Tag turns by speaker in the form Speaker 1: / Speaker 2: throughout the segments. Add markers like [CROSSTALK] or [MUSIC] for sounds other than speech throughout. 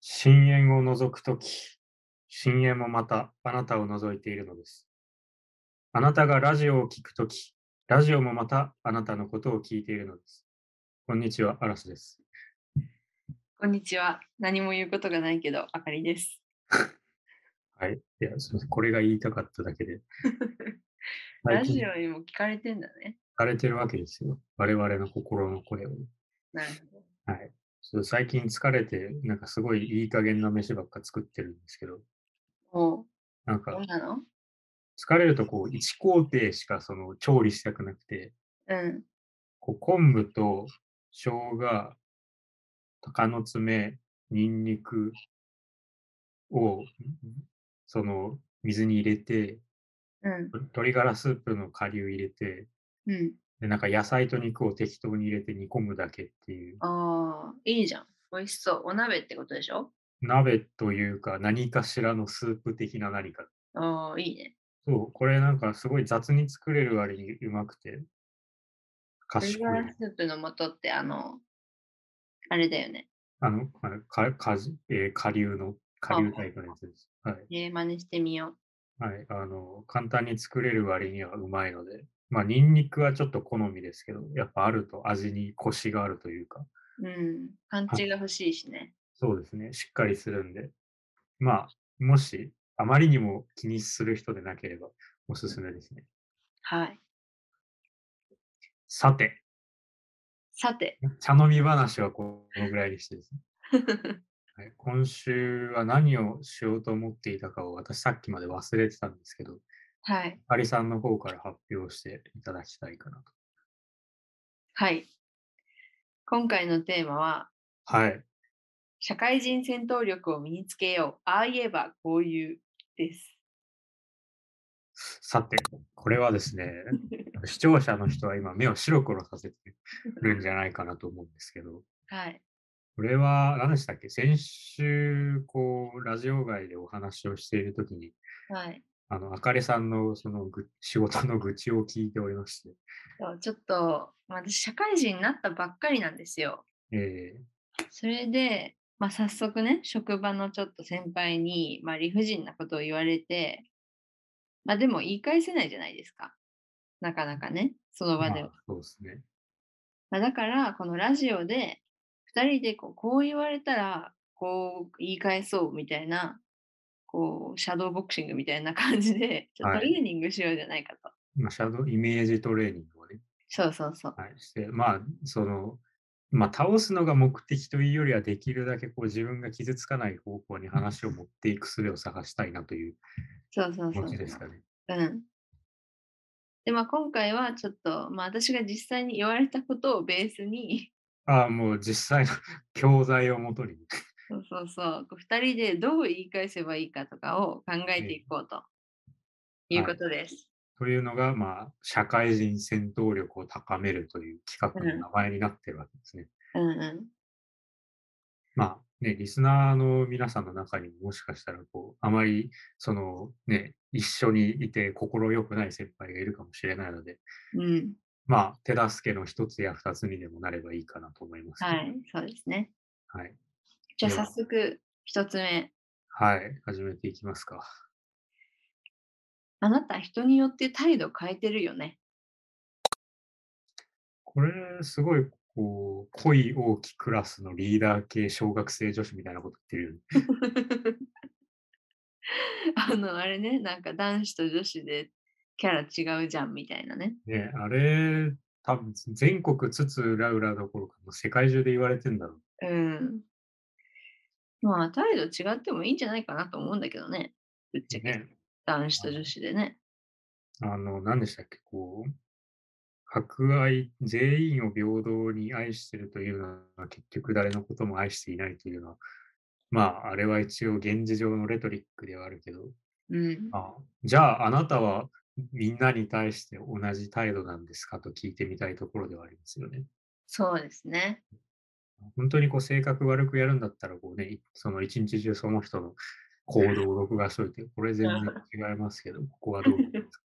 Speaker 1: 深淵を覗くとき、深淵もまたあなたを覗いているのです。あなたがラジオを聞くとき、ラジオもまたあなたのことを聞いているのです。こんにちは、アラスです。
Speaker 2: こんにちは。何も言うことがないけど、あかりです。
Speaker 1: はい。いや、すみません。これが言いたかっただけで。
Speaker 2: [LAUGHS] ラジオにも聞かれてんだね。
Speaker 1: 聞かれてるわけですよ。我々の心の声を。
Speaker 2: なる
Speaker 1: ど。
Speaker 2: ほ
Speaker 1: はい。ちょっと最近疲れて、なんかすごいいい加減な飯ばっか作ってるんですけど、
Speaker 2: おう
Speaker 1: なん
Speaker 2: ど
Speaker 1: か
Speaker 2: うなの
Speaker 1: 疲れるとこう1工程しかその調理したくなくて、
Speaker 2: うん。
Speaker 1: こう昆布と生姜、鷹の爪、ニンニクをその水に入れて、
Speaker 2: うん。
Speaker 1: 鶏ガラスープの顆粒入れて、
Speaker 2: うん。
Speaker 1: でなんか野菜と肉を適当に入れて煮込むだけっていう、
Speaker 2: ああ、いいじゃん。美味しそう。お鍋ってことでしょ
Speaker 1: 鍋というか何かしらのスープ的な何か。
Speaker 2: ああ、いいね。
Speaker 1: そう、これなんかすごい雑に作れる割にうまくて、
Speaker 2: 鶏
Speaker 1: 賢
Speaker 2: ガラ
Speaker 1: い。
Speaker 2: スープの素って、あの、あれだよね。
Speaker 1: あの、あのかかじ、えー顆粒の、顆粒タイプのやつです。はい。
Speaker 2: えー、真似してみよ
Speaker 1: はい、あの、簡単に作れる割にはうまいので、まあ、ニンニクはちょっと好みですけど、やっぱあると味にコシがあるというか、
Speaker 2: う。うん。パンチが欲しいしね。
Speaker 1: そうですね、しっかりするんで、まあ、もし、あまりにも気にする人でなければ、おすすめですね。
Speaker 2: はい。
Speaker 1: さて、
Speaker 2: さて。
Speaker 1: 茶飲み話はこのぐらいにしてですね。はい、今週は何をしようと思っていたかを私さっきまで忘れてたんですけど、
Speaker 2: [LAUGHS] はい。
Speaker 1: あかりさんの方から発表していただきたいかなと。
Speaker 2: はい。今回のテーマは、
Speaker 1: はい。
Speaker 2: 社会人戦闘力を身につけよう。ああ言えばこう言う。です。
Speaker 1: さて、これはですね、視聴者の人は今目を白黒させてるんじゃないかなと思うんですけど、
Speaker 2: [LAUGHS] はい。
Speaker 1: これは何でしたっけ先週、こう、ラジオ外でお話をしているときに、
Speaker 2: はい。
Speaker 1: あの、あかりさんのそのぐ仕事の愚痴を聞いておりまして、
Speaker 2: そうちょっと、まあ私、社会人になったばっかりなんですよ。
Speaker 1: え
Speaker 2: それで、まあ、早速ね、職場のちょっと先輩に、まあ、理不尽なことを言われて、まあ、でも言い返せないじゃないですか。なかなかね、その
Speaker 1: ーま
Speaker 2: 場では。
Speaker 1: あ、そうですね。
Speaker 2: まあ、だから、このラジオで、2人でこうこう言われたら、こう言い返そうみたいな、こう、シャドーボクシングみたいな感じで、ちょっと
Speaker 1: は
Speaker 2: ト
Speaker 1: い
Speaker 2: レーニングしようじゃないかと。
Speaker 1: まあ、シャドウイメージトレーニングをね、
Speaker 2: そうそうそう。
Speaker 1: はい、して、まあ、その、まあ、倒すのが目的というよりは、できるだけこう自分が傷つかない方向に話を持っていく術を探したいなという
Speaker 2: そうそう
Speaker 1: 気
Speaker 2: そ
Speaker 1: 持
Speaker 2: う。
Speaker 1: ちですかね。
Speaker 2: うん。で、まあ今回はちょっと、まあ私が実際に言われたことをベースに、 [LAUGHS]
Speaker 1: ああ、もう実際の [LAUGHS] 教材をもとに。
Speaker 2: そうそうそう、こう2人でどう言い返せばいいかとかを考えていこうということです。
Speaker 1: というのが、まあ、社会人戦闘力を高めるという企画の名前になってるわけですね。
Speaker 2: うんうん。
Speaker 1: まあ、ね、リスナーの皆さんの中にももしかしたら、こう、あまり、その、ね、一緒にいて心よくない先輩がいるかもしれないので、
Speaker 2: うん。
Speaker 1: まあ、手助けの一つや二つにでもなればいいかなと思います。
Speaker 2: はい、そうですね。
Speaker 1: はい。
Speaker 2: じゃあ
Speaker 1: では
Speaker 2: 早速、1つ目。
Speaker 1: はい。始めていきますか。
Speaker 2: あなた、人によって態度変えてるよね。 [LAUGHS]
Speaker 1: これ、すごい、こう、恋大きクラスのリーダー系小学生女子みたいなこと言ってるよね。
Speaker 2: あの、あれね、なんか男子と女子でキャラ違うじゃんみたいなね。
Speaker 1: ねあれ、多分全国津々浦々どころか、もう世界中で言われてんだろう。
Speaker 2: うん。まあ、態度違ってもいいんじゃないかなと思うんだけどね。ぶっちゃけ、
Speaker 1: ね。
Speaker 2: 男子と女子でね。
Speaker 1: あの、何でしたっけ、こう、博愛、全員を平等に愛してるというのは、結局誰のことも愛していないというのは、まあ、あれは一応、現実上のレトリックではあるけど、
Speaker 2: うん。
Speaker 1: あじゃあ、あなたはみんなに対して同じ態度なんですかと聞いてみたいところではありますよね。
Speaker 2: そうですね。
Speaker 1: 本当にこう性格悪くやるんだったら、こうね、いその一日中その人の行動を録画し
Speaker 2: [LAUGHS]
Speaker 1: といて、これ全然違いますけど、ここはどう思いますか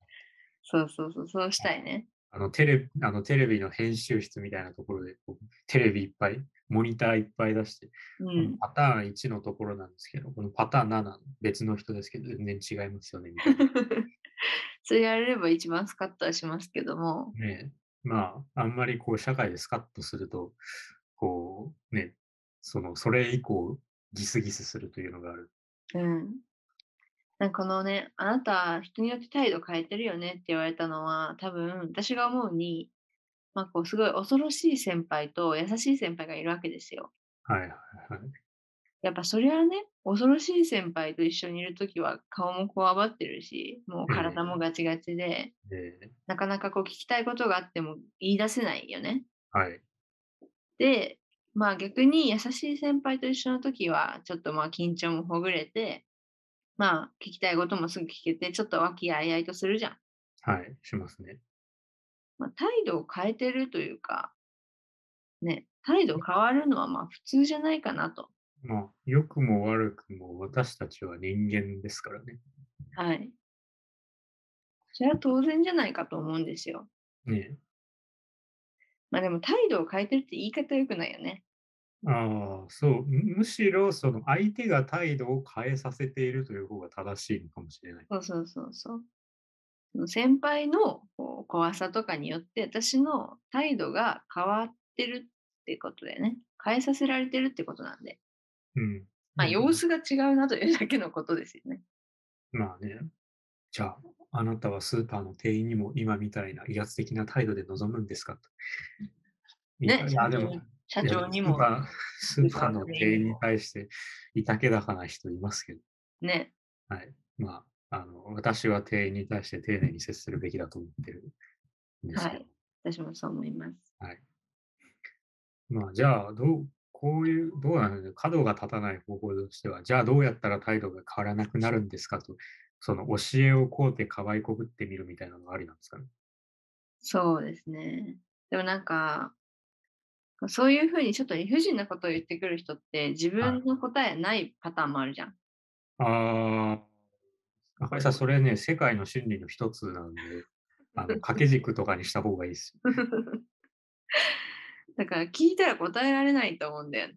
Speaker 2: そうそうそう、そうしたいね。
Speaker 1: あのテレあのテレビの編集室みたいなところでこうテレビいっぱい、モニターいっぱい出して、
Speaker 2: うん。
Speaker 1: パターン1のところなんですけど、このパターン7、別の人ですけど、全然違いますよね。みたい
Speaker 2: [LAUGHS]
Speaker 1: な
Speaker 2: [LAUGHS] それやれれば一番スカッとはしますけども、
Speaker 1: ねまあ、あんまりこう、社会でスカッとすると、こう、ね、その、それ以降、ギスギスするというのがある。
Speaker 2: うん。なんかこのね、あなた人によって態度変えてるよねって言われたのは、多分私が思うに、まあこうすごい恐ろしい先輩と優しい先輩がいるわけですよ。
Speaker 1: はいはいはい。
Speaker 2: やっぱそれはね、恐ろしい先輩と一緒にいるときは顔もこわばってるし、もう体もガチガチで、
Speaker 1: で
Speaker 2: なかなかこう聞きたいことがあっても言い出せないよね。
Speaker 1: はい。
Speaker 2: で、まあ逆に優しい先輩と一緒の時は、ちょっとまあ緊張もほぐれて、まあ聞きたいこともすぐ聞けて、ちょっと和気あいあいとするじゃん。
Speaker 1: はい。しますね。
Speaker 2: まあ、態度を変えてるというか、ね、態度変わるのはまあ普通じゃないかなと。
Speaker 1: まあ、良くも悪くも私たちは人間ですからね。
Speaker 2: はい。それは当然じゃないかと思うんですよ。
Speaker 1: ね
Speaker 2: まあでも態度を変えてるって言い方良くないよね。
Speaker 1: ああ、そう。むむしろ、その相手が態度を変えさせているという方が正しいのかもしれない。
Speaker 2: そうそうそうそう。その先輩のこう怖さとかによって私の態度が変わってるってことだよね。変えさせられてるってことなんで。
Speaker 1: うん。
Speaker 2: まあ
Speaker 1: うん
Speaker 2: 様子が違うなというだけのことですよね。
Speaker 1: まあね。じゃあ、あなたはスーパーの店員にも今みたいな威圧的な態度で臨むんですかと。い
Speaker 2: ね
Speaker 1: やいや、でも、
Speaker 2: 社
Speaker 1: いや
Speaker 2: 長に
Speaker 1: スー
Speaker 2: も
Speaker 1: パースーパーの
Speaker 2: スーパーの店員
Speaker 1: 店員
Speaker 2: に
Speaker 1: に
Speaker 2: も
Speaker 1: 対して、いたけだかな人いますけど、
Speaker 2: ね、
Speaker 1: まあ、あの私は店員に対して丁寧に接するべきだと思ってるんですけ
Speaker 2: は
Speaker 1: ど。
Speaker 2: い。私もそう思います。
Speaker 1: まあ、じゃあ、どう、こういう、どうなんですか角が立たない方法としては、じゃあどうやったら態度が変わらなくなるんですかと、その教えをこうてかわいこぶってみるみたいなのがありなんですかね。
Speaker 2: そうですね。でもなんか、そういうふうにちょっと理不尽なことを言ってくる人って自分の答えないパターンもあるじゃん。
Speaker 1: ああ、赤井さん、それね、世界の真理の一つなんで、あの掛け軸とかにした方がいいですよ。
Speaker 2: だから聞いたら答えられないと思うんだよね。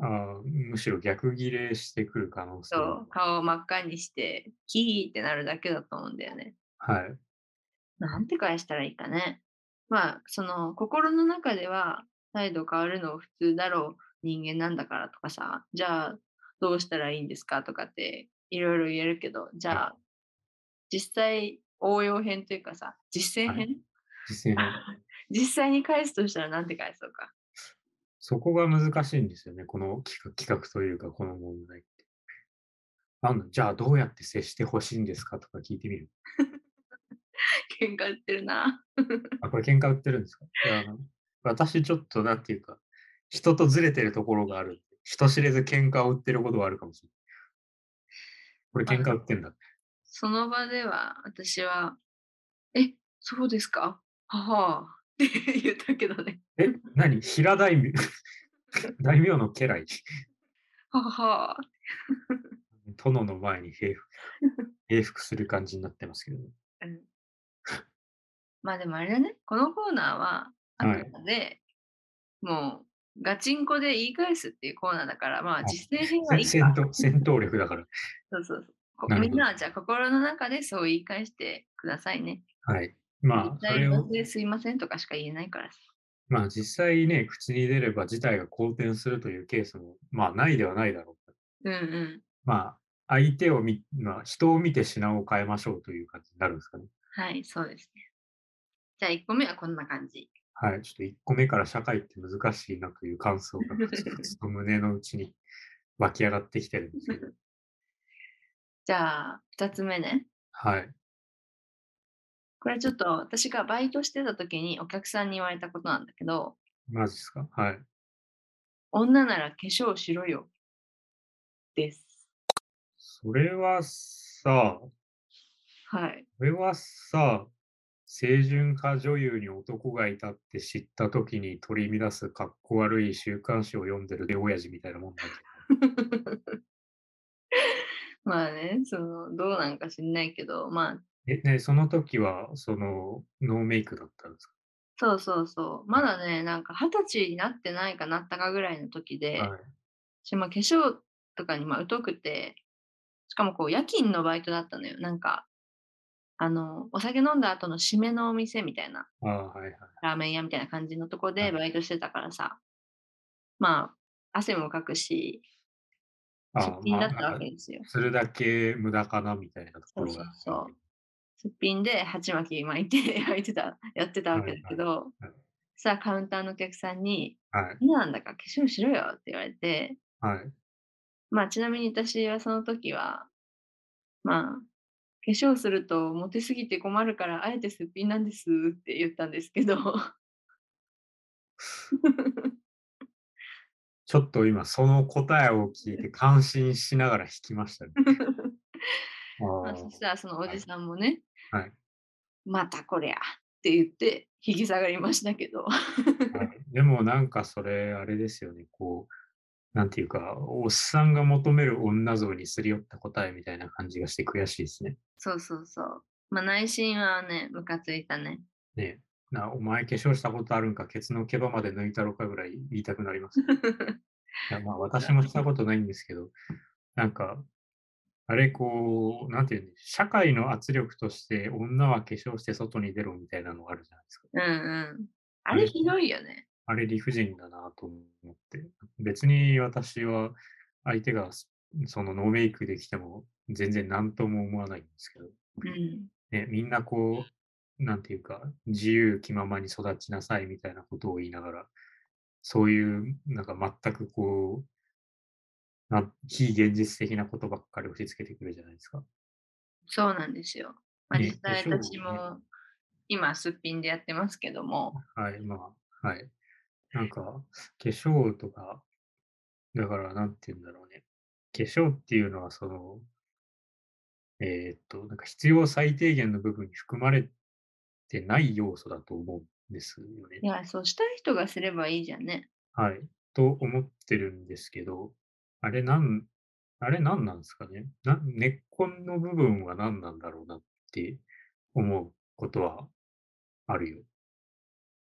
Speaker 1: あーむしろ逆切れしてくる可能性
Speaker 2: そ
Speaker 1: も
Speaker 2: う、顔を真っ赤にして、キーってなるだけだと思うんだよね。
Speaker 1: はい。
Speaker 2: なんて返したらいいかね。まあ、その、心の中では、態度変わるの普通だろう、人間なんだからとかさ、じゃあ、どうしたらいいんですかとかって、いろいろ言えるけど、じゃあ、実際、応用編というかさ、実践
Speaker 1: はい
Speaker 2: 編、 [LAUGHS]
Speaker 1: 実践ね
Speaker 2: 実際に返すとしたらなんて返そうか。
Speaker 1: そこが難しいんですよね、この企画企画というか、この問題って。あのじゃあ、どうやって接してほしいんですかとか聞いてみる。
Speaker 2: 喧嘩売ってるな。
Speaker 1: あ、これ喧嘩売ってるんですかいやあの私ちょっと、なんていうか、人とずれてるところがあるんで。人知れず喧嘩を売ってることがあるかもしれない。これ喧嘩売ってんだ。
Speaker 2: その場では、私は、え、そうですかははあって言ったけどね。
Speaker 1: え、何平大名 [LAUGHS] 大名の家来。
Speaker 2: はは
Speaker 1: 殿の前に平服平服する感じになってますけどね。
Speaker 2: うん、 [LAUGHS] まあでもあれだね、このコーナーはあ
Speaker 1: はい
Speaker 2: くまで、もうガチンコで言い返すっていうコーナーだから、まあ
Speaker 1: い
Speaker 2: 実践編はいい
Speaker 1: 戦
Speaker 2: か。
Speaker 1: 闘戦闘力だから。
Speaker 2: そうそうそうこ
Speaker 1: なるほ
Speaker 2: み
Speaker 1: ど
Speaker 2: んなはじゃあ心の中でそう言い返してくださいね。
Speaker 1: はい。まあ、
Speaker 2: 実
Speaker 1: そ
Speaker 2: 際
Speaker 1: れを
Speaker 2: に、ですいませんとかしか言えないからさ。
Speaker 1: まあ実際ね、口に出れば事態が好転するというケースも、まあないではないだろう。
Speaker 2: うんうん。
Speaker 1: まあ、相手を見、まあ、人を見て品を変えましょうという感じになるんですかね。
Speaker 2: はい、そうですね。じゃあ1個目はこんな感じ。
Speaker 1: はい。ちょっと1個目から社会って難しいなという感想が、ふつふつと胸の内に湧き上がってきてるんですけど。
Speaker 2: じゃあ2つ目ね。
Speaker 1: はい。
Speaker 2: これちょっと私がバイトしてた時にお客さんに言われたことなんだけど、
Speaker 1: マジですかはい。
Speaker 2: 女なら化粧しろよ。です。
Speaker 1: それはさ、
Speaker 2: はい。 [LAUGHS]
Speaker 1: それはさ、清純化女優に男がいたって知った時に取り乱す格好悪い週刊誌を読んでるで親父みたいなもんだけど。
Speaker 2: まあね、その、どうなんか知んないけど、まあ、
Speaker 1: え、
Speaker 2: [LAUGHS]
Speaker 1: ね、その時は、その、ノーメイクだったんです
Speaker 2: そうそうそう。まだね、なんか二十歳になってないかなったかぐらいの時で、
Speaker 1: かはい。
Speaker 2: 私まあ化粧とかにまあ疎くて、しかもこう夜勤のバイトだったのよ。なんか、あの、お酒飲んだ後の締めのお店みたいな、
Speaker 1: ああ、はいはい。
Speaker 2: ラーメン屋みたいな感じのとこ
Speaker 1: は
Speaker 2: で
Speaker 1: い
Speaker 2: バイトしてたからさ、まあ、汗もかくし、
Speaker 1: あ
Speaker 2: すっ
Speaker 1: あ、
Speaker 2: ぴん
Speaker 1: まあ、
Speaker 2: だった
Speaker 1: な
Speaker 2: わ
Speaker 1: んか
Speaker 2: けですよ。
Speaker 1: するだけ無駄かなみたいなところが。
Speaker 2: そうそうすっぴんで鉢巻き巻いて [LAUGHS] 焼いてた、やってたわけだけど、
Speaker 1: いはい
Speaker 2: さあカウンターのお客さんに、
Speaker 1: はい。
Speaker 2: 何なんだか化粧しろよって言われて、
Speaker 1: はい。
Speaker 2: まあちなみに私はその時は、まあ、化粧するとモテすぎて困るから、あえてすっぴんなんですって言ったんで
Speaker 1: [LAUGHS]
Speaker 2: すけど、
Speaker 1: ちょっと今、その答えを聞いて感心しながら弾きま
Speaker 2: [LAUGHS]
Speaker 1: したね。
Speaker 2: ま
Speaker 1: あ
Speaker 2: あ
Speaker 1: ー
Speaker 2: そしたらそのおじさんもね、
Speaker 1: はい
Speaker 2: またこりゃって言って引き下がりましたけど、 [LAUGHS]
Speaker 1: はいでもなんかそれ、あれですよね、こう、なんていうか、おっさんが求める女像にすり寄った答えみたいな感じがして悔しいですね。
Speaker 2: そうそうそう。まあ内心はね、ムカついたね。 [LAUGHS]
Speaker 1: ねえなお前化粧したことあるんか、ケツの毛羽まで抜いたろかぐらい言いたくなりますね。いやまあ私もしたことないんですけど、なんか、あれこう、なんていうんで社会の圧力として女は化粧して外に出ろみたいなのがあるじゃないですか。
Speaker 2: うんうん。あれひどいよね。
Speaker 1: あれ理不尽だなと思って。別に私は相手がすそのノーメイクできても全然何とも思わないんですけど、
Speaker 2: うん。
Speaker 1: ね、みんなこう、なんていうか、自由気ままに育ちなさいみたいなことを言いながら、そういう、なんか全くこう、な非現実的なことばっかり押し付けてくるじゃないですか。
Speaker 2: そうなんですよ。まあ、
Speaker 1: ね
Speaker 2: 実際
Speaker 1: でしょうね
Speaker 2: 私も今すっぴんでやってますけども、
Speaker 1: はい、まあ、はい。なんか、化粧とか、だから、なんて言うんだろうね。化粧っていうのは、その、えーっと、なんか必要最低限の部分に含まれてない要素だと思うんですよね。
Speaker 2: いや、そうしたい人がすればいいじゃんね。
Speaker 1: はい。と思ってるんですけど、あれなん、あれなんなんですかねな根っこの部分は何なんだろうなって思うことはあるよ。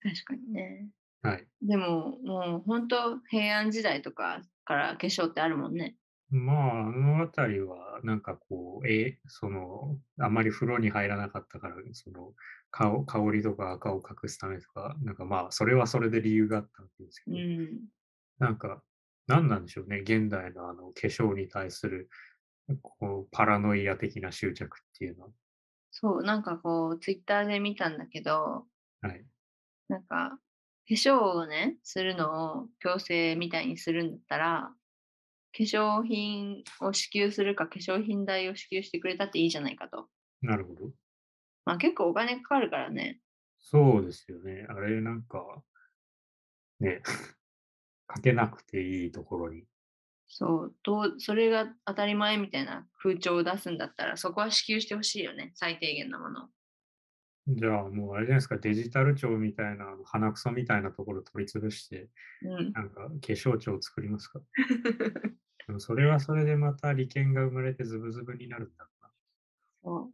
Speaker 2: 確かにね。
Speaker 1: はい。
Speaker 2: でも、もう本当平安時代とかから化粧ってあるもんね。
Speaker 1: まあ、あのあたりは、なんかこう、え、その、あまり風呂に入らなかったから、その、顔、香りとか赤を隠すためとか、なんかまあ、それはそれで理由があったわけですけ
Speaker 2: う
Speaker 1: ど、
Speaker 2: ん。
Speaker 1: なんか、何なんでしょうね、現代のあの、化粧に対する、こう、パラノイア的な執着っていうのは。
Speaker 2: そう、なんかこう、ツイッターで見たんだけど、
Speaker 1: はい。
Speaker 2: なんか、化粧をね、するのを強制みたいにするんだったら、化粧品を支給するか、化粧品代を支給してくれたっていいじゃないかと。
Speaker 1: なるほど。
Speaker 2: まあ結構お金かかるからね。
Speaker 1: そうですよね。あれ、なんか、ね、 [LAUGHS] かけなくていいところに。
Speaker 2: そうどう、それが当たり前みたいな風潮を出すんだったら、そこは支給してほしいよね、最低限のもの。
Speaker 1: じゃあもうあれじゃないですか、デジタル庁みたいな、あの鼻くそみたいなところ取り潰して、 [LAUGHS]
Speaker 2: うん、
Speaker 1: なんか化粧庁を作りますか。でもそれはそれでまた利権が生まれてズブズブになるんだろ
Speaker 2: そう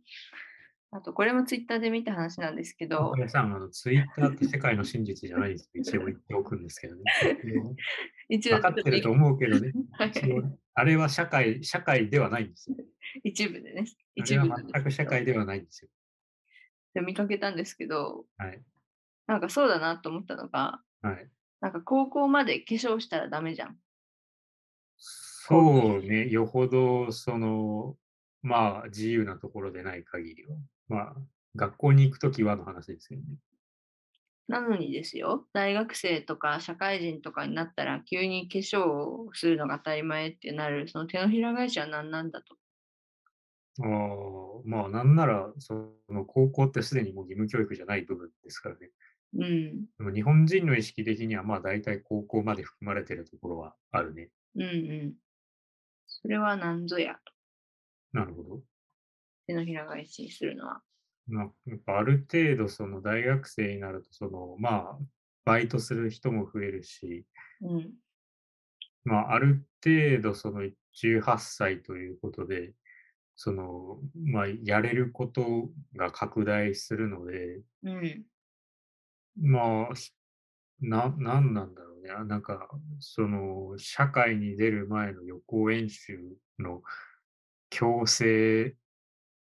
Speaker 2: あと、これもツイッターで見た話なんですけ
Speaker 1: うな。
Speaker 2: ど
Speaker 1: こ、れさ、あのツイッターって世界の真実じゃないですよ。一応言っておくんですけどね。
Speaker 2: [LAUGHS] 一応
Speaker 1: 分かってると思うけ
Speaker 2: [LAUGHS]
Speaker 1: どね。
Speaker 2: はい
Speaker 1: 一応ねあれは社会、社会ではないんですよ。
Speaker 2: 一部でね、
Speaker 1: あれ
Speaker 2: 一
Speaker 1: は
Speaker 2: 部なんですけ
Speaker 1: 全く社
Speaker 2: ど
Speaker 1: 会ではないんですよ。
Speaker 2: で見かけたんですけど、
Speaker 1: はい。
Speaker 2: なんかそうだなと思ったのが、
Speaker 1: はい。
Speaker 2: なんか高校まで化粧したらダメじゃん。
Speaker 1: そうね、よほど、その、まあ、自由なところでない限りは。まあ、学校に行くときはの話ですよね。
Speaker 2: なのにですよ、大学生とか社会人とかになったら急に化粧をするのが当たり前ってなる、その手のひら返しは何なんだと。
Speaker 1: ああ、まあ、なんなら、その、高校ってすでにもう義務教育じゃない部分ですからね。
Speaker 2: うん、
Speaker 1: でも日本人の意識的には、まあ、大体高校まで含まれてるところはあるね。
Speaker 2: うん、うん。それは何ぞや、
Speaker 1: なるほど。
Speaker 2: 手のひら返しにするのは。
Speaker 1: まあ、やっぱある程度、その、大学生になると、その、まあ、バイトする人も増えるし、
Speaker 2: うん、
Speaker 1: まあ、ある程度、その18歳ということで、その、まあ、やれることが拡大するので、
Speaker 2: うん。
Speaker 1: まあ、ひな、なんなんだろうね。あなんか、その、社会に出る前の予行演習の強制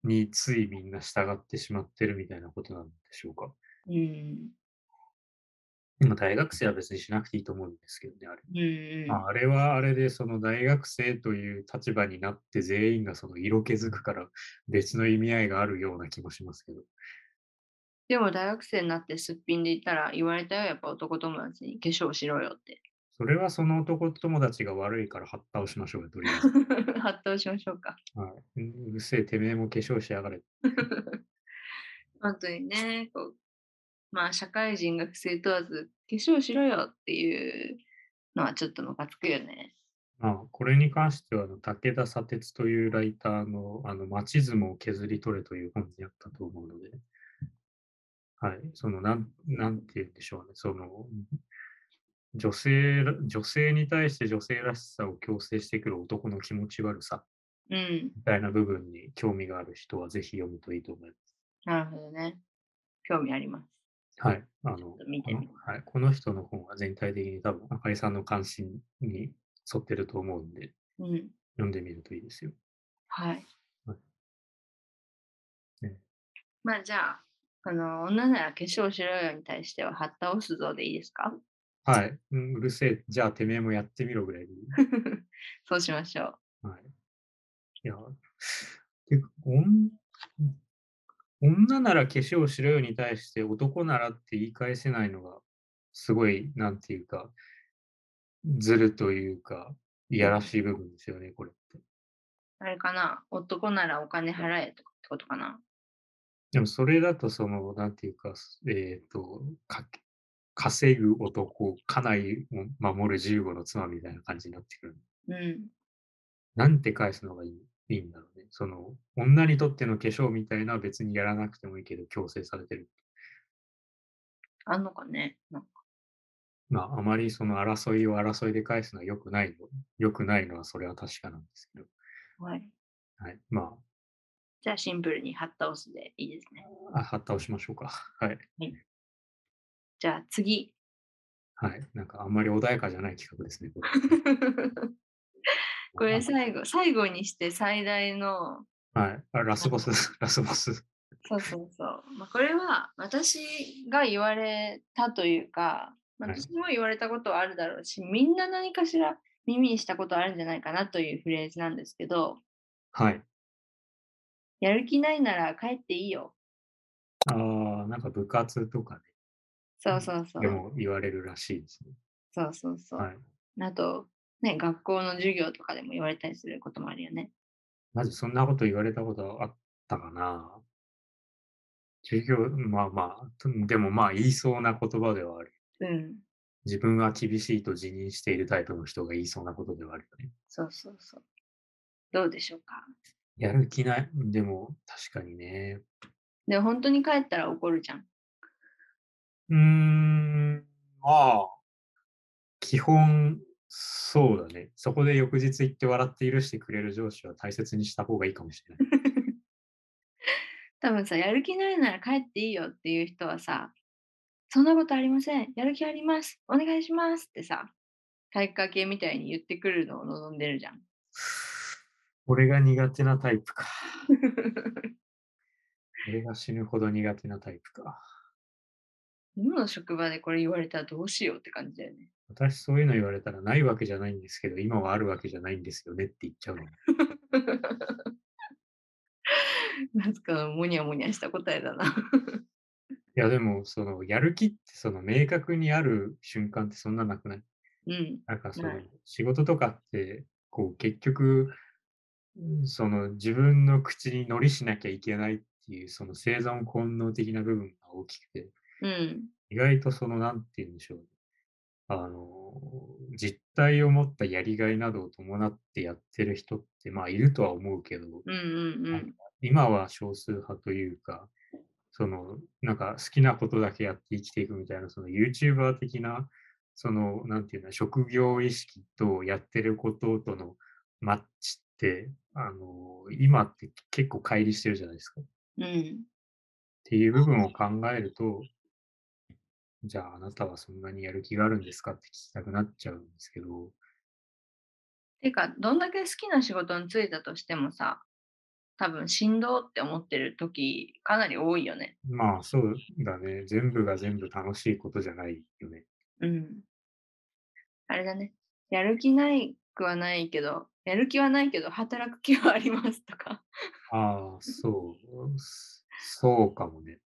Speaker 1: についみんな従ってしまってるみたいなことなんでしょうか。
Speaker 2: うん。
Speaker 1: 今、大学生は別にしなくていいと思うんですけどね、あれ。
Speaker 2: うん。
Speaker 1: まああれはあれで、その大学生という立場になって全員がその色気づくから別の意味合いがあるような気もしますけど。
Speaker 2: でも大学生になってすっぴんでいたら言われたよ、やっぱ男友達に化粧しろよって。 [LAUGHS]
Speaker 1: それはその男友達が悪いから発倒しましょうよ、とりあえず。
Speaker 2: 発動しましょうか。
Speaker 1: はい、ううるせえ、てめえも化粧しやがれ。
Speaker 2: 本当にね、こう、まあ社会人が不正問わず化粧しろよっていうのはちょっとムカつくよね。
Speaker 1: まあ、これに関してはあの、武田砂鉄というライターの、あの、マチズムを削り取れという本にあったと思うので、はい、その、なん、なんて言うんでしょうね、その、女性ら、女性に対して女性らしさを強制してくる男の気持ち悪さ
Speaker 2: うん。
Speaker 1: みたいな部分に興味がある人はぜひ読むといいと思います。
Speaker 2: なるほどね。興味あります。
Speaker 1: はい、あ
Speaker 2: ちょ
Speaker 1: の
Speaker 2: っ、と見
Speaker 1: こ
Speaker 2: て
Speaker 1: の
Speaker 2: みる。
Speaker 1: はい、この人の本は全体的に多分、あかりさんの関心に沿ってると思うんで、
Speaker 2: うん。
Speaker 1: 読んでみるといいですよ。
Speaker 2: はい
Speaker 1: はい。ね
Speaker 2: まあじゃあ、あの、女なら化粧しろよに対しては、はったおすぞでいいですか
Speaker 1: はい、うんうるせえ、じゃあてめえもやってみろぐらいでいい。
Speaker 2: そうしましょう。
Speaker 1: はい、いや、てかおん女なら化粧しろよに対して男ならって言い返せないのが、すごい、なんていうか、ずるというか、いやらしい部分ですよね、これって。
Speaker 2: あれかな男ならお金払えとかってことかな
Speaker 1: でもそれだと、その、なんていうか、すえっ、と、かけ稼ぐ男、家内を守る15の妻みたいな感じになってくる。
Speaker 2: うん。
Speaker 1: なんて返すのがいいいいんだろうね。その、女にとっての化粧みたいな別にやらなくてもいいけど、強制されてる。
Speaker 2: あんのかねなんか
Speaker 1: まあ、あまりその争いを争いで返すのは良くないの。良くないのはそれは確かなんですけど。
Speaker 2: はい。
Speaker 1: はい。ま
Speaker 2: じゃあシンプルにはったおすでいいですね。
Speaker 1: あ、あ発倒しましょうか。 [LAUGHS] はい。
Speaker 2: じゃあ次。
Speaker 1: [LAUGHS] はい。なんかあんまり穏やかじゃない企画ですね。
Speaker 2: [LAUGHS]
Speaker 1: これ
Speaker 2: これ最後、最後にして最大の
Speaker 1: はい。あラスボ [LAUGHS] ス、ラスボス。
Speaker 2: そうそうそう。まあ、これは私が言われたというか、まあ
Speaker 1: はい
Speaker 2: 私も言われたことはあるだろうし、みんな何かしら耳にしたことあるんじゃないかなというフレーズなんですけど、
Speaker 1: はい。
Speaker 2: やる気ないなら帰っていいよ。
Speaker 1: ああ、なんか部活とかね、
Speaker 2: そうそうそう
Speaker 1: で。も言われるらしいですね。
Speaker 2: そうそうそう。
Speaker 1: はい。
Speaker 2: あと、ね、学校の授業とかでも言われたりすることもあるよね。
Speaker 1: まずそんなこと言われたことあったかな。授業、まあまあ、とでもまあ言いそうな言葉ではある。
Speaker 2: うん。
Speaker 1: 自分は厳しいと自認しているタイプの人が言いそうなことではあるよね。
Speaker 2: そうそうそう。どうでしょうか。
Speaker 1: やる気ない。でも確かにね。
Speaker 2: で、本当に帰ったら怒るじゃん。
Speaker 1: うーん、まあ、基本、そうだね。そこで翌日行って笑って許してくれる上司は大切にした方がいいかもしれない。
Speaker 2: 多分さ、やる気ないなら帰っていいよっていう人はさ、そんなことありません。やる気あります。お願いしますってさ、体育会系みたいに言ってくるのを望んでる [LAUGHS] じゃん。
Speaker 1: 俺が苦手なタイプか。俺が死ぬほど苦手なタイプか。
Speaker 2: 今の職場でこれ言われたらどうしようって感じだよ [LAUGHS] ね。
Speaker 1: 私そういうの言われたらないわけじゃないんですけど、今はあるわけじゃないんですよねって言っちゃうの。
Speaker 2: なんかモニャモニャした答えだな。
Speaker 1: いやでも、そのやる気ってその明確にある瞬間ってそんななくない
Speaker 2: うん。
Speaker 1: なんかその
Speaker 2: な
Speaker 1: 仕事とかって、こう結局、うんその自分の口に乗りしなきゃいけないっていう、その生存本能的な部分が大きくて、
Speaker 2: うん。
Speaker 1: 意外とその、なんて言うんでしょう、あの、実態を持ったやりがいなどを伴ってやってる人って、まあいるとは思うけど、
Speaker 2: うんうんうん。
Speaker 1: 今は少数派というか、そのなんか好きなことだけやって生きていくみたいな、その YouTuber 的な、そのなんていうの、職業意識とやってることとのマッチって、あの、今って結構乖離してるじゃないですか。っ
Speaker 2: うん。
Speaker 1: ていう部分を考えると、じゃああなたはそんなにやる気があるんですかって聞きたくなっちゃうんですけど、
Speaker 2: てか、どんだけ好きな仕事に就いたとしてもさ、多分、振動って思ってる時、かなり多いよね。
Speaker 1: まあそうだね。全部が全部楽しいことじゃないよね。
Speaker 2: うん。あれだね。やる気ないくはないけど、やる気はないけど、働く気はありますとか。
Speaker 1: ああ、そう。すそうかもね。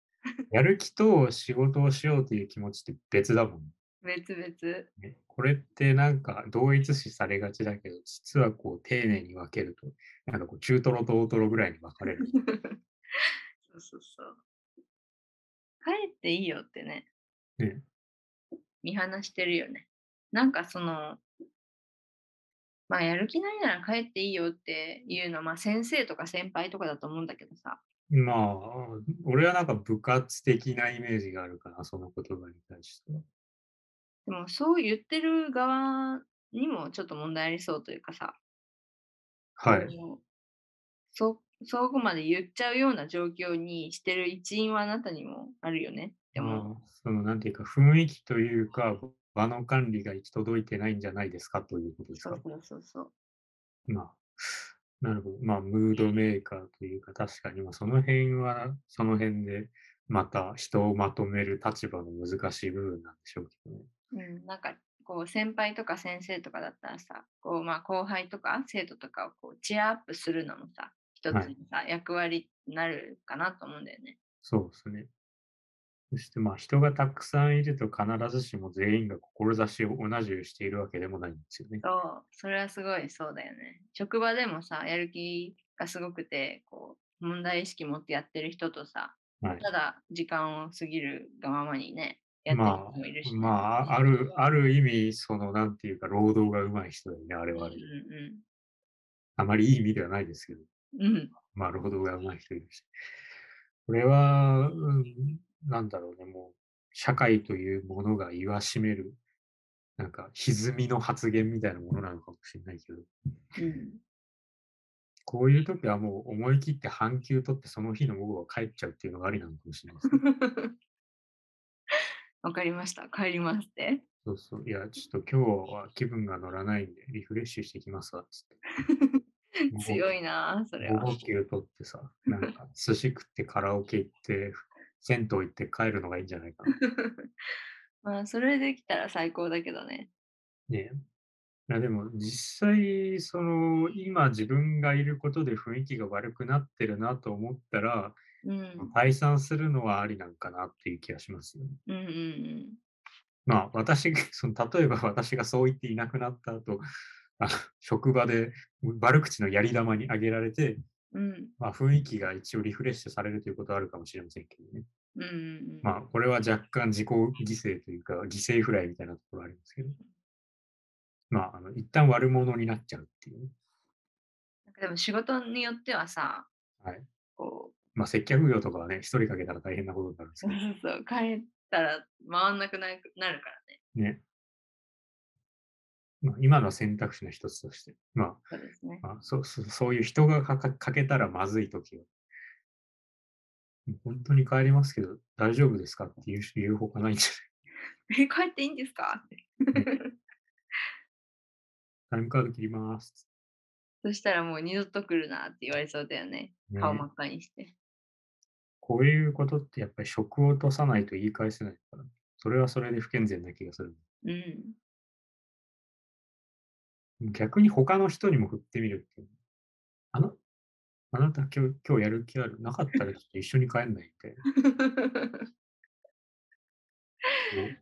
Speaker 1: やる気と仕事をしようという気持ちって別だもん
Speaker 2: 別々。
Speaker 1: ね。これってなんか同一視されがちだけど、実はこう丁寧に分けると、なんかこう中トロと大トロぐらいに分かれ
Speaker 2: [LAUGHS]
Speaker 1: る。
Speaker 2: そうそうそう。帰っていいよってね。
Speaker 1: ね
Speaker 2: 見放してるよね。なんかその、まあやる気ないなら帰っていいよっていうのは、まあ先生とか先輩とかだと思うんだけどさ。
Speaker 1: まあ、俺はなんか部活的なイメージがあるかな、その言葉に対しては。
Speaker 2: でもそう言ってる側にもちょっと問題ありそうというかさ。
Speaker 1: はい。
Speaker 2: もうそ、そこまで言っちゃうような状況にしてる一因はあなたにもあるよね。でも、
Speaker 1: まあ、そのなんていうか雰囲気というか、場の管理が行き届いてないんじゃないですかということです
Speaker 2: そ
Speaker 1: か
Speaker 2: う。そうそうそう。
Speaker 1: まあ、なるほど。まあ、ムードメーカーというか、確かに、まあ、その辺は、その辺で、また人をまとめる立場の難しい部分なんでしょうけどね。
Speaker 2: うん、なんかこう先輩とか先生とかだったらさこう、まあ、後輩とか生徒とかをこうチアアップするのもさ一つの
Speaker 1: はい
Speaker 2: さ、役割になるかなと思うんだよね。
Speaker 1: そうですね。そして、まあ、人がたくさんいると、必ずしも全員が志を同じようにしているわけでもないんですよね。
Speaker 2: そうそれはすごいそうだよね。職場でもさやる気がすごくてこう問題意識持ってやってる人とさ
Speaker 1: はい。
Speaker 2: ただ時間を過ぎるがままにねやってる
Speaker 1: まあ
Speaker 2: 人もいるし、
Speaker 1: まあ、あある、ある意味、その、なんていうか、労働が上手い人だよね、あれ
Speaker 2: うん
Speaker 1: はあれで。
Speaker 2: う
Speaker 1: あまりいい意味ではないですけど。
Speaker 2: んうんうん
Speaker 1: まあ、労働が上手い人いるし。これは、うん、なんだろうね、もう、社会というものが言わしめる、なんか、歪みの発言みたいなものなのかもしれないけど、
Speaker 2: うん [LAUGHS]
Speaker 1: こういう時はもう思い切って半休取って、その日の午後は帰っちゃうっていうのがありなのかもしれ
Speaker 2: [LAUGHS]
Speaker 1: ないですね。
Speaker 2: わかりました帰りますって。
Speaker 1: そうそう。いや、ちょっと今日は気分が乗らないんで、リフレッシュしてきますわ、つって。もう
Speaker 2: 強いなあそれは。
Speaker 1: 午後休取ってさ、なんか、寿司食ってカラオケ行って、銭湯行って帰るのがいいんじゃないかな。
Speaker 2: まあ、それできたら最高だけどね。
Speaker 1: ねえ。いやでも実際、その今自分がいることで雰囲気が悪くなってるなと思ったら、
Speaker 2: うん。
Speaker 1: 退散するのはありなんかなっていう気がしますよね。
Speaker 2: うんうん
Speaker 1: まあ私が、 [LAUGHS] その例えば私がそう言っていなくなった後、あの職場で悪口のやり玉にあげられて、
Speaker 2: うん。うん。
Speaker 1: まあ、雰囲気が一応リフレッシュされるということはあるかもしれませんけどね。
Speaker 2: うんうんうん。
Speaker 1: まあこれは若干自己犠牲というか犠牲フライみたいなところありますけど、まああの一旦悪者になっちゃうっていうね。
Speaker 2: なんかでも仕事によってはさ、
Speaker 1: はい
Speaker 2: こ
Speaker 1: まあ、接客業とかはね、一人かけたら大変なことになるんです
Speaker 2: う、そ
Speaker 1: けど
Speaker 2: う [LAUGHS] そうそう、帰ったら回んなくなるなるからね。
Speaker 1: ね。まあ、今のは選択肢の一つとして、ま
Speaker 2: そうですね
Speaker 1: あ、。まあ、そうそうそういう人がかかかけたらまずいときは、もう本当に帰りますけど、大丈夫ですかっていう言うほかないんじ
Speaker 2: え、帰っていいんですかって。
Speaker 1: ゃないタイム [LAUGHS] カード切ります。
Speaker 2: [LAUGHS] そしたらもう二度と来るなって言われそうだよね。
Speaker 1: ね
Speaker 2: 顔真っ赤にして。
Speaker 1: こういうことってやっぱり職を落とさないと言い返せないから、それはそれで不健全な気がする。
Speaker 2: うん。 [LAUGHS]
Speaker 1: 逆に他の人にも振ってみるっていう。あの、あなた今日、今日やる気あるなかったらちょっと一緒に帰んないみたいなこ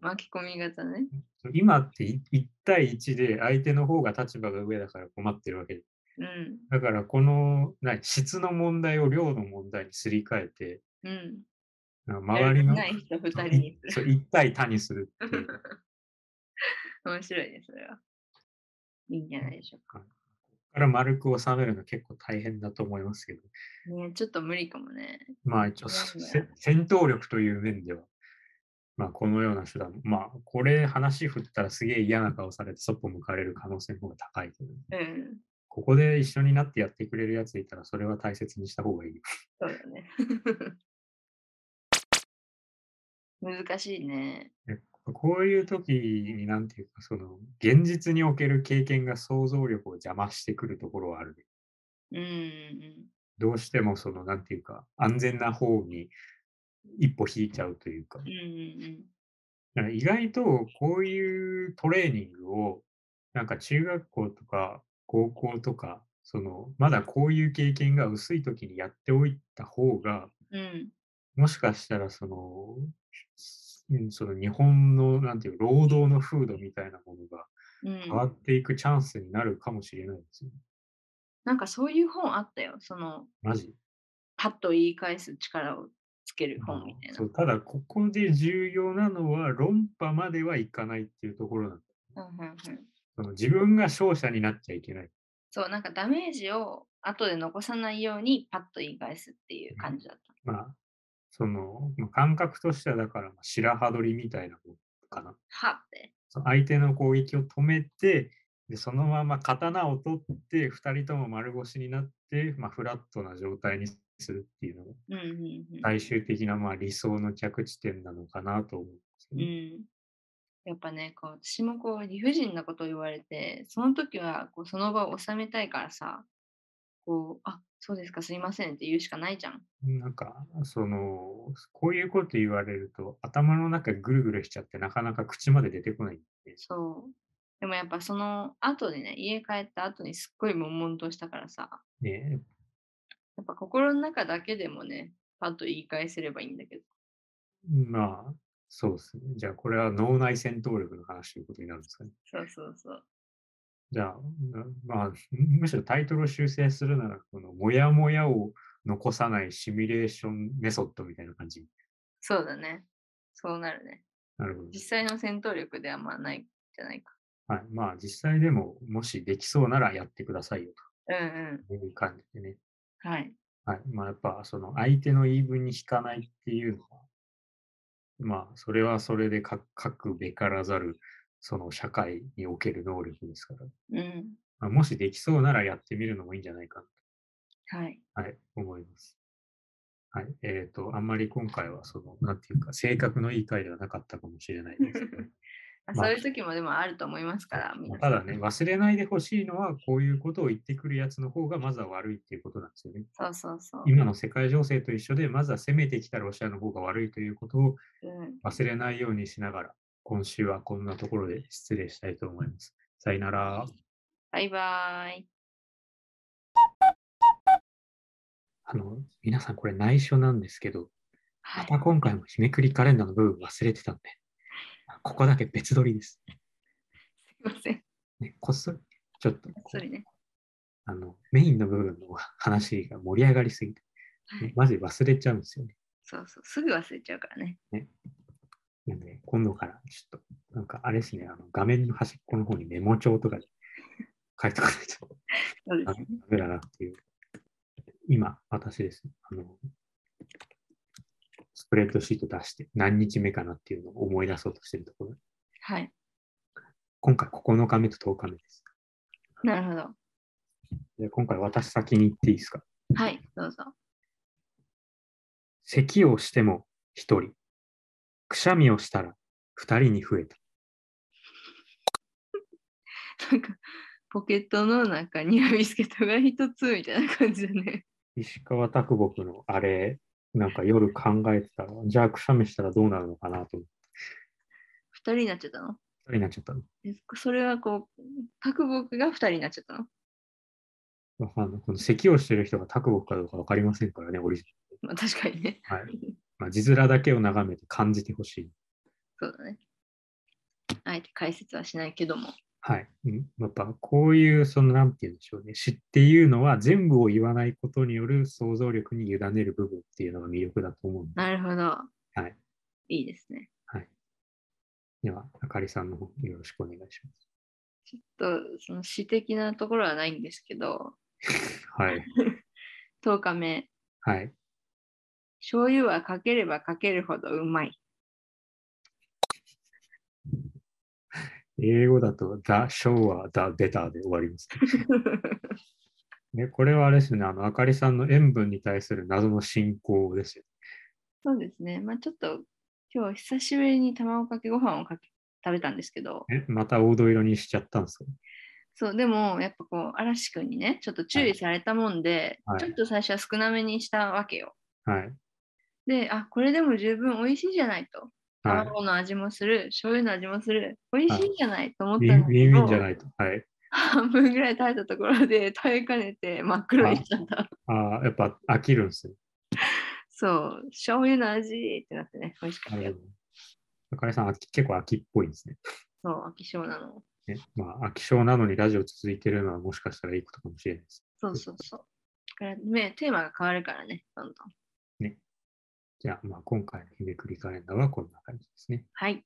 Speaker 2: 巻き込み型ね。
Speaker 1: う。今ってい1対1で相手の方が立場が上だから困ってるわけで。
Speaker 2: うん。
Speaker 1: だからこの、何、質の問題を量の問題にすり替えて、
Speaker 2: うん。
Speaker 1: なんか周りの
Speaker 2: やる気ない人二人にする。
Speaker 1: 1対他にするっていう。
Speaker 2: 面白いね、それは。いいんじゃないでしょうか。
Speaker 1: だから丸く収めるの結構大変だと思いますけど。
Speaker 2: ね、ちょっと無理かもね。
Speaker 1: まあ一応、
Speaker 2: そうだよ
Speaker 1: せ戦闘力という面では、まあこのような手段、まあこれ話振ったらすげえ嫌な顔されてそっぽ向かれる可能性の方が高いけど、
Speaker 2: うん。
Speaker 1: ここで一緒になってやってくれるやついたら、それは大切にした方がいい。
Speaker 2: そうだね。 [LAUGHS] 難しいね。
Speaker 1: こういう時に、なんていうか、その、現実における経験が想像力を邪魔してくるところはあるね。
Speaker 2: うんうん。
Speaker 1: どうしても、その、なんていうか、安全な方に一歩引いちゃうというか
Speaker 2: うん。うん
Speaker 1: だから意外と、こういうトレーニングを、なんか中学校とか高校とか、その、まだこういう経験が薄い時にやっておいた方が、
Speaker 2: うん。うん。
Speaker 1: もしかしたらその、うんその日本のなんていう労働の風土みたいなものが
Speaker 2: うん
Speaker 1: 変わっていくチャンスになるかもしれないですよ。
Speaker 2: なんかそういう本あったよ。その、
Speaker 1: マジ。
Speaker 2: パッと言い返す力をつける本みたい
Speaker 1: そうただ、ここで重要なのは論破まではいかないっていうところなんだ。
Speaker 2: な。うんうんうん
Speaker 1: その自分が勝者になっちゃいけない。
Speaker 2: そう、なんかダメージを後で残さないようにパッと言い返すっていう感じだっ
Speaker 1: まあ、その、まあ感覚としてはだからまあ白羽取りみたいなものかな。
Speaker 2: た。はって。
Speaker 1: その相手の攻撃を止めて、でそのまま刀を取って、2人とも丸腰になって、まあ、フラットな状態にするっていうのが、
Speaker 2: うんうんうん。
Speaker 1: 最終的なまあ理想の着地点なのかなと思うんですよ
Speaker 2: う
Speaker 1: ね。
Speaker 2: ん、やっぱねこう私もこう理不尽なことを言われてその時はこうその場を収めたいからさこうあそうですかすいませんって言うしかないじゃん。
Speaker 1: なんか、その、こういうこと言われると、頭の中ぐるぐるしちゃって、なかなか口まで出てこないんで。
Speaker 2: そうでもやっぱその後でね家帰った後にすっごい悶々としたからさ
Speaker 1: ね、
Speaker 2: やっぱ心の中だけでもねパッと言い返せればいいんだけど
Speaker 1: まあ、そうですね。じゃあ、これは脳内戦闘力の話ということになるんですかね。
Speaker 2: そうそうそう
Speaker 1: じゃあ、なまあ、むしろタイトルを修正するなら、このモヤモヤを残さないシミュレーションメソッドみたいな感じ。
Speaker 2: そうだねそうなるね
Speaker 1: なるほど。
Speaker 2: 実際の戦闘力ではまあないんじゃないか
Speaker 1: はい。まあ、実際でも、もしできそうならやってくださいよ
Speaker 2: うんう
Speaker 1: という感じでね。
Speaker 2: んはい
Speaker 1: はい。まあ、やっぱ、その相手の言い分に引かないっていうのは、まあ、それはそれで書くべからざる、その社会における能力ですから、
Speaker 2: うん
Speaker 1: まあ、もしできそうならやってみるのもいいんじゃないかな
Speaker 2: はい
Speaker 1: はい、思います。はい、えっ、と、あんまり今回は、その、なんていうか、性格のいい回ではなかったかもしれないですけど、
Speaker 2: あ
Speaker 1: まあ
Speaker 2: そういう時もでもあると思いますから、
Speaker 1: ま
Speaker 2: 皆
Speaker 1: あ
Speaker 2: さ
Speaker 1: た
Speaker 2: ん
Speaker 1: だね、忘れないでほしいのは、こういうことを言ってくるやつの方が、まずは悪いっていうことなんですよね。
Speaker 2: そうそうそう。
Speaker 1: 今の世界情勢と一緒で、まずは攻めてきたロシアの方が悪いということを
Speaker 2: うん
Speaker 1: 忘れないようにしながら、今週はこんなところで失礼したいと思います。さよなら。
Speaker 2: バイバイ。
Speaker 1: あの、皆さん、これ内緒なんですけど、
Speaker 2: は
Speaker 1: ま
Speaker 2: い
Speaker 1: た今回も日めくりカレンダーの部分忘れてたんで、ここだけ別撮りです。
Speaker 2: すいません。
Speaker 1: ね、こっそり、ちょっとこう
Speaker 2: それね。
Speaker 1: あの、メインの部分の話が盛り上がりすぎて、
Speaker 2: はい。
Speaker 1: マジ忘れちゃうんですよね。
Speaker 2: そうそう。すぐ忘れちゃうからね。
Speaker 1: なんで、今度からちょっと、なんかあれですね、あの画面の端っこの方にメモ帳とかで書いとかないと
Speaker 2: そうで
Speaker 1: ダ
Speaker 2: すね。
Speaker 1: メだなっていう。今、私ですね、あの、スプレッドシート出して何日目かなっていうのを思い出そうとしてるところ。
Speaker 2: はい。
Speaker 1: 今回9日目と10日目です。
Speaker 2: なるほど。
Speaker 1: で今回私先に行っていいですか
Speaker 2: はい。どうぞ。
Speaker 1: 咳をしても一人、くしゃみをしたら二人に増えた。
Speaker 2: なんか、ポケットの中にはビスケットが一つみたいな感じだね。 [LAUGHS]
Speaker 1: 石川拓木のあれ、なんか夜考えてたら、じゃあくしゃみしたらどうなるのかなと思って、
Speaker 2: 二人になっちゃったの
Speaker 1: 二人になっちゃったの。
Speaker 2: えそれはこう、卓木が二人になっちゃったの
Speaker 1: わかんないこの咳をしてる人が拓木かどうかわかりませんからね、オリジ
Speaker 2: まあ確かにね。
Speaker 1: ナル。はい。まあ、字面だけを眺めて感じてほしい。
Speaker 2: そうだね。あえて解説はしないけども。
Speaker 1: はい。うんやっぱこういう、その、なんて言うんでしょうね。詩っていうのは全部を言わないことによる想像力に委ねる部分っていうのが魅力だと思うんで。。
Speaker 2: なるほど。はいいいですね。
Speaker 1: では、あかりさんの方よろしくお願いします。
Speaker 2: ちょっとその詩的なところはないんですけど、
Speaker 1: はい。
Speaker 2: 10日目、
Speaker 1: はい。
Speaker 2: 醤油はかければかけるほどうまい。
Speaker 1: 英語だと The Show は The Better で終わります。ね、これはあれですよね、あの、あかりさんの塩分に対する謎の信仰ですよ。
Speaker 2: [LAUGHS] そうですね。まあちょっと今日は久しぶりに卵かけご飯をかけ食べたんですけど、
Speaker 1: ね、また黄土色にしちゃったんですよ。
Speaker 2: そうでもやっぱこう嵐くんにねちょっと注意されたもんで、
Speaker 1: はい
Speaker 2: ちょっと最初は少なめにしたわけよ。
Speaker 1: はい。
Speaker 2: で、あこれでも十分美味しいじゃないと。
Speaker 1: はい。
Speaker 2: 卵の味もする、醤油の味もする、美味しいじゃないと思っ
Speaker 1: ウィ
Speaker 2: た
Speaker 1: ン
Speaker 2: ん
Speaker 1: ウ
Speaker 2: だ
Speaker 1: ィ
Speaker 2: け
Speaker 1: ンウ
Speaker 2: ど、
Speaker 1: ィンじゃないと。はい。
Speaker 2: 半分ぐらい食べたところで食べかねて真っ黒にしちゃった。
Speaker 1: ああ、やっぱ飽きるんですよ。
Speaker 2: そう、醤油の味ってなってね、美味しか
Speaker 1: な
Speaker 2: った
Speaker 1: る
Speaker 2: よ
Speaker 1: ほ。ど。あかりさん、飽き結構飽きっぽいんですね。
Speaker 2: そう、飽き性なの。
Speaker 1: ねまあ、飽き性なのにラジオ続いてるのはもしかしたらいいことかもしれないです。
Speaker 2: そうそうそう。だからね、テーマが変わるからね、どんどん。
Speaker 1: じゃあ、まあ、今回の日めくりカレンダーはこんな感じですね。
Speaker 2: はい。